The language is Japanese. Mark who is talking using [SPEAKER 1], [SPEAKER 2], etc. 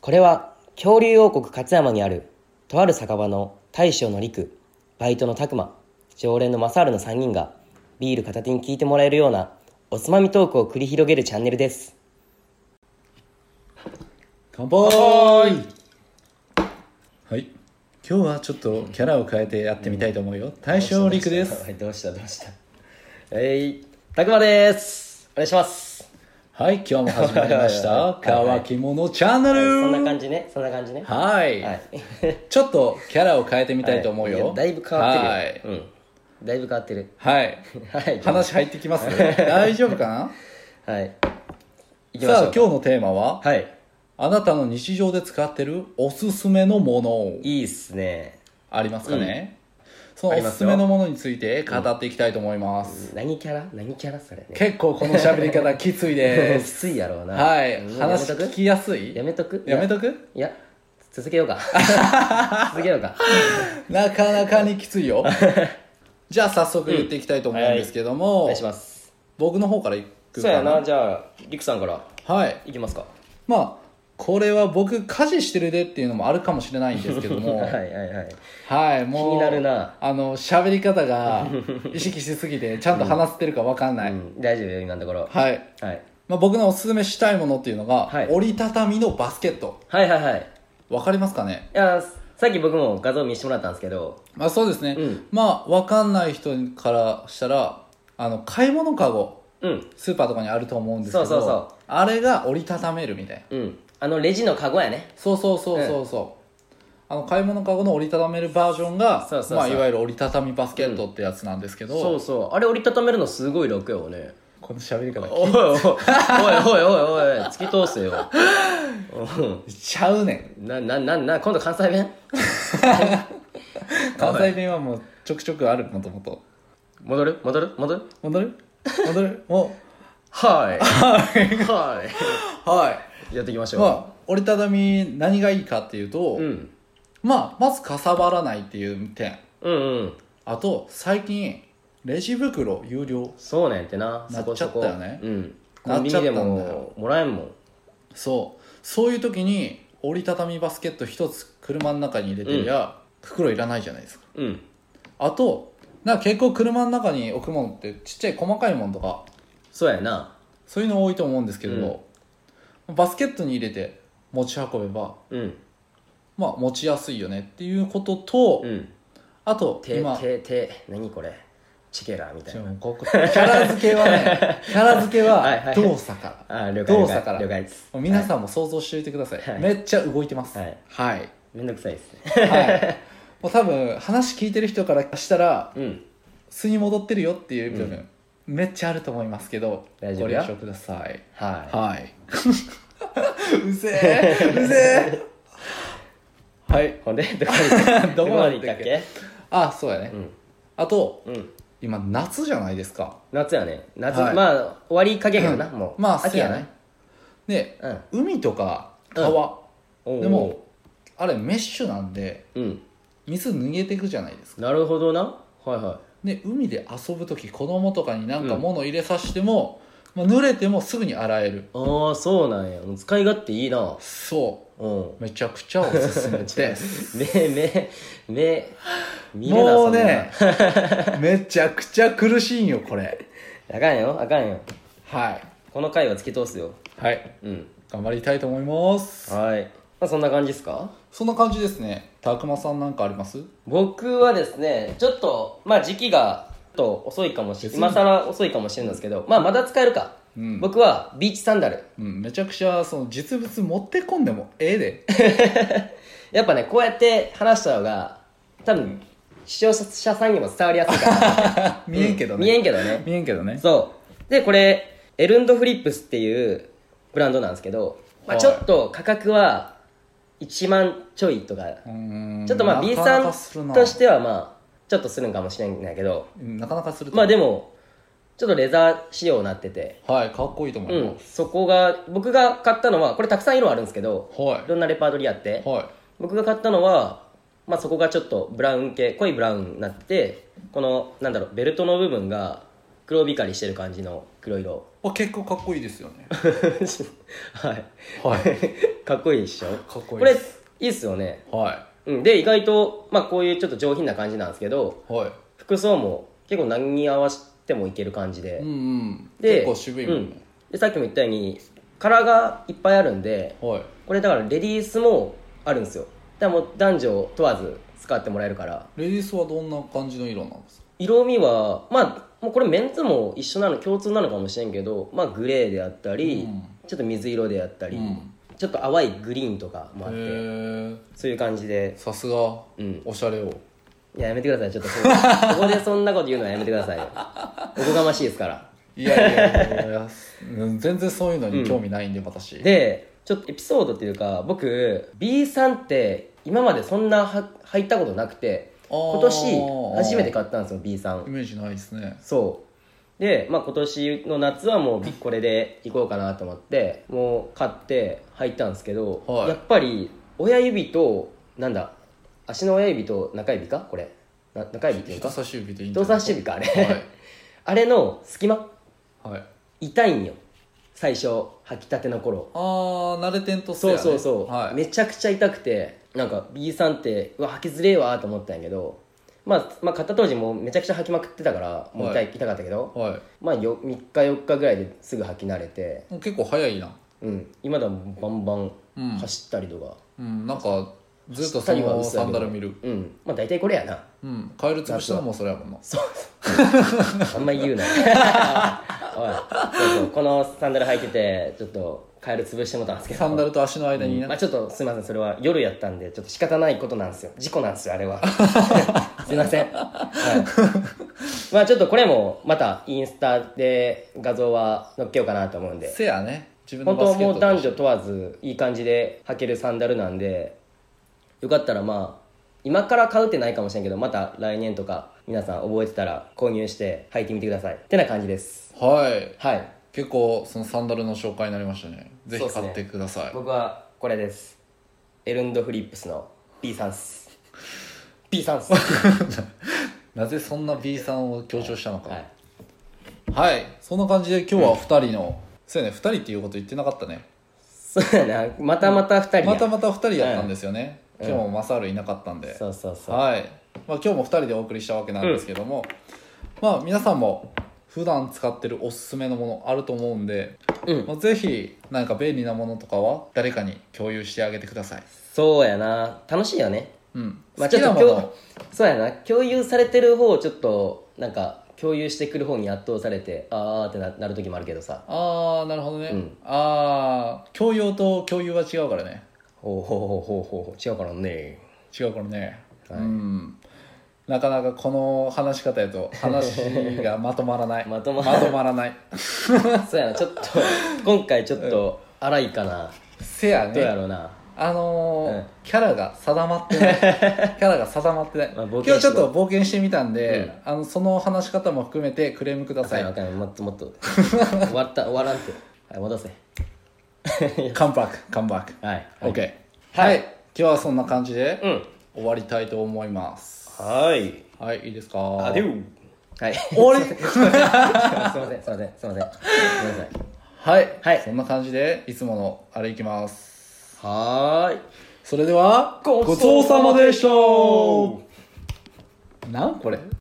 [SPEAKER 1] これは恐竜王国勝山にあるとある酒場の大将の陸バイトの拓磨常連のマサールの3人がビール片手に聞いてもらえるようなおつまみトークを繰り広げるチャンネルです
[SPEAKER 2] 乾杯はい今日はちょっとキャラを変えてやってみたいと思うよ、大将陸です
[SPEAKER 1] はいどうしたどうしたえい拓磨ですお願いします
[SPEAKER 2] はい今日も始まりまし
[SPEAKER 1] はい
[SPEAKER 2] た乾き物チャンネ
[SPEAKER 1] そんな
[SPEAKER 2] ル
[SPEAKER 1] 感じねそんな感じね
[SPEAKER 2] はい、
[SPEAKER 1] はい
[SPEAKER 2] ちょっとキャラを変えてみたいと思う
[SPEAKER 1] い
[SPEAKER 2] よ、
[SPEAKER 1] やだいぶ変わってるようんだいぶ変わってる
[SPEAKER 2] はい、はい、
[SPEAKER 1] はい
[SPEAKER 2] 話入ってきます大丈夫かな
[SPEAKER 1] はい 行きまし
[SPEAKER 2] さあ
[SPEAKER 1] ょう
[SPEAKER 2] 今日のテーマは、
[SPEAKER 1] はい
[SPEAKER 2] あなたの日常で使ってるおすすめのもの
[SPEAKER 1] いいっすね
[SPEAKER 2] ありますかね、そ
[SPEAKER 1] あ
[SPEAKER 2] の
[SPEAKER 1] り
[SPEAKER 2] お
[SPEAKER 1] ますよ
[SPEAKER 2] すすめのものについて語っていきたいと思います、
[SPEAKER 1] 何キャラ何キャラそれね
[SPEAKER 2] 結構この喋り方きついで
[SPEAKER 1] き
[SPEAKER 2] す
[SPEAKER 1] ついやろうな
[SPEAKER 2] はい
[SPEAKER 1] うん
[SPEAKER 2] 話聞きやすい
[SPEAKER 1] やめとく
[SPEAKER 2] やめ
[SPEAKER 1] く
[SPEAKER 2] とく
[SPEAKER 1] いやいや続けよう か続けようか
[SPEAKER 2] なかなかにきついよ じゃあ早速言っていきたいと思うんですけども、
[SPEAKER 1] お願いします
[SPEAKER 2] 僕の方からいく
[SPEAKER 1] そう
[SPEAKER 2] か
[SPEAKER 1] やなじゃありくさんから
[SPEAKER 2] はい
[SPEAKER 1] いきますか
[SPEAKER 2] まあこれは僕家事してるでっていうのもあるかもしれないんですけ ども
[SPEAKER 1] はいはいはい
[SPEAKER 2] はいもう
[SPEAKER 1] 気になるな
[SPEAKER 2] あの喋り方 が意識しすぎてちゃんと話せてるか分かんない、
[SPEAKER 1] うん大丈夫よ今のところ
[SPEAKER 2] はい、
[SPEAKER 1] はい
[SPEAKER 2] まあ、僕のおすすめしたいものっていうのが、
[SPEAKER 1] はい
[SPEAKER 2] 折りたたみのバスケット
[SPEAKER 1] はいはいはい
[SPEAKER 2] わかりますかね
[SPEAKER 1] いやさっき僕も画像見してもらったんですけど
[SPEAKER 2] まあそうですね、
[SPEAKER 1] うん
[SPEAKER 2] まあ分かんない人からしたらあの買い物かご
[SPEAKER 1] うん
[SPEAKER 2] スーパーとかにあると思うんですけど
[SPEAKER 1] そうそうそう
[SPEAKER 2] あれが折りたためるみたいな
[SPEAKER 1] うんあのレジのカゴやね
[SPEAKER 2] そうそうそうそうそう、あの買い物かごの折りたためるバージョンが
[SPEAKER 1] そうそうそう
[SPEAKER 2] まあ、いわゆる折りたたみバスケットってやつなんですけど、
[SPEAKER 1] そうそうあれ折りたためるのすごい楽よね
[SPEAKER 2] この喋り方
[SPEAKER 1] おいおいおいおいおいおい突き通せよ
[SPEAKER 2] ちゃうねん
[SPEAKER 1] なななな今度関西弁
[SPEAKER 2] 関西弁はもうちょくちょくあるもともと
[SPEAKER 1] 戻る戻る戻る
[SPEAKER 2] 戻る戻るも
[SPEAKER 1] はいは
[SPEAKER 2] うはい
[SPEAKER 1] やっていきまし
[SPEAKER 2] い
[SPEAKER 1] ょう、
[SPEAKER 2] まあ折りたたみ何がいいかっていうと、
[SPEAKER 1] うん、
[SPEAKER 2] まあまずかさばらないっていう点
[SPEAKER 1] うんうん
[SPEAKER 2] あと最近レジ袋有料
[SPEAKER 1] そうなんやってな
[SPEAKER 2] な
[SPEAKER 1] そ
[SPEAKER 2] っち
[SPEAKER 1] こ
[SPEAKER 2] ゃ
[SPEAKER 1] そ
[SPEAKER 2] った
[SPEAKER 1] こ
[SPEAKER 2] よね
[SPEAKER 1] うんコ
[SPEAKER 2] な
[SPEAKER 1] ン
[SPEAKER 2] っ
[SPEAKER 1] ビ
[SPEAKER 2] ちゃ
[SPEAKER 1] ニ
[SPEAKER 2] っ
[SPEAKER 1] で
[SPEAKER 2] たんだよ
[SPEAKER 1] ももらえんもん
[SPEAKER 2] そうそういう時に折りたたみバスケット一つ車の中に入れてりゃ、袋いらないじゃないですか
[SPEAKER 1] うん
[SPEAKER 2] あとなんか結構車の中に置くものってちっちゃい細かいものとか
[SPEAKER 1] そうやな
[SPEAKER 2] そういうの多いと思うんですけど、バスケットに入れて持ち運べば
[SPEAKER 1] うん
[SPEAKER 2] まあ持ちやすいよねっていうことと、
[SPEAKER 1] うん
[SPEAKER 2] あと
[SPEAKER 1] 手
[SPEAKER 2] 今
[SPEAKER 1] 手手何これチケラみた
[SPEAKER 2] じ
[SPEAKER 1] い
[SPEAKER 2] ゃあ
[SPEAKER 1] な
[SPEAKER 2] もうここキャラ付けは ねキャラ付
[SPEAKER 1] は
[SPEAKER 2] け
[SPEAKER 1] いは
[SPEAKER 2] はい動作から、
[SPEAKER 1] あ了解
[SPEAKER 2] 動
[SPEAKER 1] 了
[SPEAKER 2] 作から
[SPEAKER 1] 解了解です
[SPEAKER 2] もう皆さんも想像しておいてください、
[SPEAKER 1] はい
[SPEAKER 2] めっちゃ動いてます
[SPEAKER 1] はい
[SPEAKER 2] はい、
[SPEAKER 1] めんどくさいですね
[SPEAKER 2] はい、もう多分話聞いてる人からしたら
[SPEAKER 1] うん
[SPEAKER 2] 素に戻ってるよっていう部分、めっちゃあると思いますけど
[SPEAKER 1] 大丈夫
[SPEAKER 2] ご
[SPEAKER 1] や
[SPEAKER 2] 了承ください
[SPEAKER 1] はい
[SPEAKER 2] はい うぜえうぜえはい
[SPEAKER 1] ほんでどこまで
[SPEAKER 2] どこまで
[SPEAKER 1] ど
[SPEAKER 2] 行
[SPEAKER 1] こ
[SPEAKER 2] ったっけ
[SPEAKER 1] け
[SPEAKER 2] あそうやね、
[SPEAKER 1] うん
[SPEAKER 2] あと
[SPEAKER 1] うん
[SPEAKER 2] 今夏じゃないですか
[SPEAKER 1] 夏やね夏、
[SPEAKER 2] はい
[SPEAKER 1] まあ終わりかけへんよな、もう
[SPEAKER 2] まあ
[SPEAKER 1] 秋やね
[SPEAKER 2] そうやねで
[SPEAKER 1] うん
[SPEAKER 2] 海とか川、
[SPEAKER 1] おうおう
[SPEAKER 2] でもあれメッシュなんで
[SPEAKER 1] うん
[SPEAKER 2] 水抜けていくじゃないですか
[SPEAKER 1] なるほどなはいは
[SPEAKER 2] で海で遊ぶ時子供とかになんか物入れさしても、まあ、濡れてもすぐに洗える
[SPEAKER 1] いああそうなんや使い勝手いいな
[SPEAKER 2] そ
[SPEAKER 1] うん
[SPEAKER 2] うめちゃくちゃおすすめ です
[SPEAKER 1] 目目目見るな
[SPEAKER 2] も
[SPEAKER 1] そう
[SPEAKER 2] ね めちゃくちゃ苦しいんよこれ
[SPEAKER 1] んなあかんよあかんよ
[SPEAKER 2] はい
[SPEAKER 1] この回は突き通すよ
[SPEAKER 2] はい
[SPEAKER 1] うん
[SPEAKER 2] 頑張りたいと思います
[SPEAKER 1] はいまあそんな感じですか
[SPEAKER 2] そんな感じですねたくまさんなんかあります
[SPEAKER 1] 僕はですねちょっとまあ時期がちょっと遅いかもしれ
[SPEAKER 2] 別
[SPEAKER 1] ない
[SPEAKER 2] に
[SPEAKER 1] 今更遅いかもしれないですけどまあまだ使えるか、
[SPEAKER 2] うん
[SPEAKER 1] 僕はビーチサンダル
[SPEAKER 2] うん、めちゃくちゃその実物持ってこんでもえ えで
[SPEAKER 1] やっぱねこうやって話した方が多分視聴者さんにも伝わりやすいから
[SPEAKER 2] 見えんけどね、
[SPEAKER 1] うん見えんけどね
[SPEAKER 2] 見えんけどね
[SPEAKER 1] そうでこれエルンドフリップスっていうブランドなんですけど、まあ、
[SPEAKER 2] はい
[SPEAKER 1] ちょっと価格は1万ちょいとか
[SPEAKER 2] うーん
[SPEAKER 1] ちょっとまあ B さ
[SPEAKER 2] なかなかする
[SPEAKER 1] ん
[SPEAKER 2] な
[SPEAKER 1] としてはまあちょっとするんかもしれないけど
[SPEAKER 2] うんなかなかすると
[SPEAKER 1] まあでもちょっとレザー仕様になってて
[SPEAKER 2] はいかっこいいと思
[SPEAKER 1] う
[SPEAKER 2] いま
[SPEAKER 1] んそこが僕が買ったのはこれたくさん色あるんですけど
[SPEAKER 2] す、はい
[SPEAKER 1] ろんなレパートリーあって
[SPEAKER 2] は
[SPEAKER 1] 僕が買ったのは、まあ、そこがちょっとブラウン系濃いブラウンになっててこのなんだろうベルトの部分が黒光りしてる感じの
[SPEAKER 2] い
[SPEAKER 1] 黒色
[SPEAKER 2] あ結構かっこいいですよね
[SPEAKER 1] はい
[SPEAKER 2] はい
[SPEAKER 1] かっこいいでしょ
[SPEAKER 2] かっこ
[SPEAKER 1] こ
[SPEAKER 2] いいで
[SPEAKER 1] れい
[SPEAKER 2] す
[SPEAKER 1] いっすよね、
[SPEAKER 2] は
[SPEAKER 1] うん、で意外と、まあ、こういうちょっと上品な感じなんですけど
[SPEAKER 2] いは
[SPEAKER 1] 服装も結構何に合わせてもいける感じで、
[SPEAKER 2] いうんうん
[SPEAKER 1] で
[SPEAKER 2] 結構渋いもんね、
[SPEAKER 1] でさっきも言ったようにカラーがいっぱいあるんで
[SPEAKER 2] はい
[SPEAKER 1] これだからレディースもあるんですよだからもう男女問わず使ってもらえるから
[SPEAKER 2] レディースはどんな感じの色なんですか
[SPEAKER 1] 色味はまあもうこれメンツも一緒なの共通なのかもしれんけどまあグレーであったり、
[SPEAKER 2] うん
[SPEAKER 1] ちょっと水色であったり、
[SPEAKER 2] うん
[SPEAKER 1] ちょっと淡いグリーンとかもあっ
[SPEAKER 2] へ
[SPEAKER 1] て
[SPEAKER 2] え
[SPEAKER 1] そういう感じで
[SPEAKER 2] さすが
[SPEAKER 1] うん
[SPEAKER 2] おしゃれを
[SPEAKER 1] いややめてくださいちょっとそう ここでそんなこと言うのはやめてくださいよおこがましいですから
[SPEAKER 2] いやいやいやうん全然そういうのに興味ないんで私
[SPEAKER 1] でちょっとエピソードっていうか僕 B さんって今までそんなは入ったことなくて今
[SPEAKER 2] 今
[SPEAKER 1] 年初めて買ったんですよ B さ
[SPEAKER 2] イ
[SPEAKER 1] ん
[SPEAKER 2] メージないですね
[SPEAKER 1] そうで、まあ、今年の夏はもうこれで行こうかなと思ってもう買って入ったんですけど、
[SPEAKER 2] はい
[SPEAKER 1] やっぱり親指となんだ足の親指と中指かこれな中指っていう
[SPEAKER 2] 人
[SPEAKER 1] か
[SPEAKER 2] 差し指でいいんじゃ
[SPEAKER 1] 人
[SPEAKER 2] ない
[SPEAKER 1] 差し指かあれ、
[SPEAKER 2] は
[SPEAKER 1] あれの隙間
[SPEAKER 2] い、はい、
[SPEAKER 1] 痛いんよ最初履きたての頃
[SPEAKER 2] あー慣れてんと
[SPEAKER 1] そうそうそう、
[SPEAKER 2] はい、
[SPEAKER 1] めちゃくちゃ痛くてなんか B さんってうわ履きづれえわと思ったんやけど、まあ、まあ買った当時もうめちゃくちゃ履きまくってたからもう痛,、、
[SPEAKER 2] はい
[SPEAKER 1] 痛かったけど、
[SPEAKER 2] はい
[SPEAKER 1] まあ、よ3日4日ぐらいですぐ履き慣れて、
[SPEAKER 2] もう結構早いな
[SPEAKER 1] うん、今ではもうバンバ
[SPEAKER 2] う
[SPEAKER 1] ン
[SPEAKER 2] ん、
[SPEAKER 1] 走ったりとか、
[SPEAKER 2] うん、なんかずっ
[SPEAKER 1] 走
[SPEAKER 2] とそ
[SPEAKER 1] ったりは
[SPEAKER 2] の
[SPEAKER 1] 薄いけど
[SPEAKER 2] サンダル見る
[SPEAKER 1] うんまあ大体これやな
[SPEAKER 2] うんカエル潰したのもそれやもんな
[SPEAKER 1] そうそうあんまり言う なおいそうそうこのサンダル履いててちょっとカエル潰してもらったんですけど
[SPEAKER 2] サンダルと足の間に
[SPEAKER 1] ま
[SPEAKER 2] な
[SPEAKER 1] あ、ちょっとすいませんそれは夜やったんでちょっと仕方ないことなんですよ事故なんですよあれ はすいません、はい、まあちょっとこれもまたインスタで画像は載っけようかなと思うんで
[SPEAKER 2] せやね自分の
[SPEAKER 1] 本
[SPEAKER 2] バ
[SPEAKER 1] 当
[SPEAKER 2] スケッ
[SPEAKER 1] も
[SPEAKER 2] ト
[SPEAKER 1] う
[SPEAKER 2] と
[SPEAKER 1] 男女問わずいい感じで履けるサンダルなんでよかったらまあ今から買うってないかもしれんけどまた来年とか皆さん覚えてたら購入して履いてみてくださいってな感じです
[SPEAKER 2] はい
[SPEAKER 1] はい
[SPEAKER 2] 結構そのサンダルの紹介になりましたねぜ
[SPEAKER 1] そう
[SPEAKER 2] ひ
[SPEAKER 1] っすね
[SPEAKER 2] 買ってください、
[SPEAKER 1] 僕はこれですエルンドフリップスの B サンス B サン スは
[SPEAKER 2] なぜそんな B さんを強調したのかはい、
[SPEAKER 1] い
[SPEAKER 2] そんな感じで今日は2人の、そうやね2人っていうこと言ってなかったね
[SPEAKER 1] そうやなまたまた2人や
[SPEAKER 2] またまた2人やったんですよね、今日もマサールいなかったんで、
[SPEAKER 1] そうそうそう
[SPEAKER 2] はい、まあ、今日も2人でお送りしたわけなんですけども、まあ皆さんも普段使ってるおすすめのものあると思うんで、
[SPEAKER 1] うん
[SPEAKER 2] まあ、ぜひなんか便利なものとかは誰かに共有してあげてください、
[SPEAKER 1] そうやな楽しいよね
[SPEAKER 2] うん
[SPEAKER 1] まあ、
[SPEAKER 2] 好
[SPEAKER 1] ちょ
[SPEAKER 2] き
[SPEAKER 1] っ
[SPEAKER 2] な
[SPEAKER 1] と
[SPEAKER 2] も
[SPEAKER 1] 共
[SPEAKER 2] の
[SPEAKER 1] そうやな共有されてる方をちょっとなんか共有してくる方に圧倒されてあーってななる時もあるけどさ
[SPEAKER 2] ああなるほどね、
[SPEAKER 1] うん
[SPEAKER 2] ああ共用と共有は違うからね
[SPEAKER 1] ほうほうほうほうほう違うからね
[SPEAKER 2] 違うからね、
[SPEAKER 1] はい
[SPEAKER 2] うんなかなかこの話し方やと話がまとまらない
[SPEAKER 1] まとまら
[SPEAKER 2] まとまらない
[SPEAKER 1] そうやなちょっと今回ちょっと荒いかな、
[SPEAKER 2] せやね
[SPEAKER 1] どうやろうな
[SPEAKER 2] あのー
[SPEAKER 1] うん
[SPEAKER 2] キャラが定まっ てないキャラが定まってない、
[SPEAKER 1] まあ冒
[SPEAKER 2] 今
[SPEAKER 1] 険
[SPEAKER 2] 日ちょっと冒険してみたんで、
[SPEAKER 1] う
[SPEAKER 2] あのその話し方も含めてクレームくだ
[SPEAKER 1] あ
[SPEAKER 2] さ
[SPEAKER 1] かんあ
[SPEAKER 2] い
[SPEAKER 1] かんもっともっと終わった終わらんてはい戻せ
[SPEAKER 2] カンバックカンバック
[SPEAKER 1] はい
[SPEAKER 2] OK
[SPEAKER 1] は
[SPEAKER 2] はいい、今日はそんな感じで
[SPEAKER 1] うん
[SPEAKER 2] 終わりたいと思います
[SPEAKER 1] はい
[SPEAKER 2] はいいいですか
[SPEAKER 1] アデューはい すい
[SPEAKER 2] 終わり
[SPEAKER 1] ませんすいませんすいませんすいませんごめんなさい
[SPEAKER 2] はい、
[SPEAKER 1] はい
[SPEAKER 2] そんな感じでいつものあれいきます
[SPEAKER 1] はーい
[SPEAKER 2] それでは
[SPEAKER 1] ご
[SPEAKER 2] ご
[SPEAKER 1] ち
[SPEAKER 2] ち
[SPEAKER 1] そ
[SPEAKER 2] そうう
[SPEAKER 1] さ
[SPEAKER 2] さ
[SPEAKER 1] ま
[SPEAKER 2] ま
[SPEAKER 1] で
[SPEAKER 2] で
[SPEAKER 1] し
[SPEAKER 2] したたなんこれ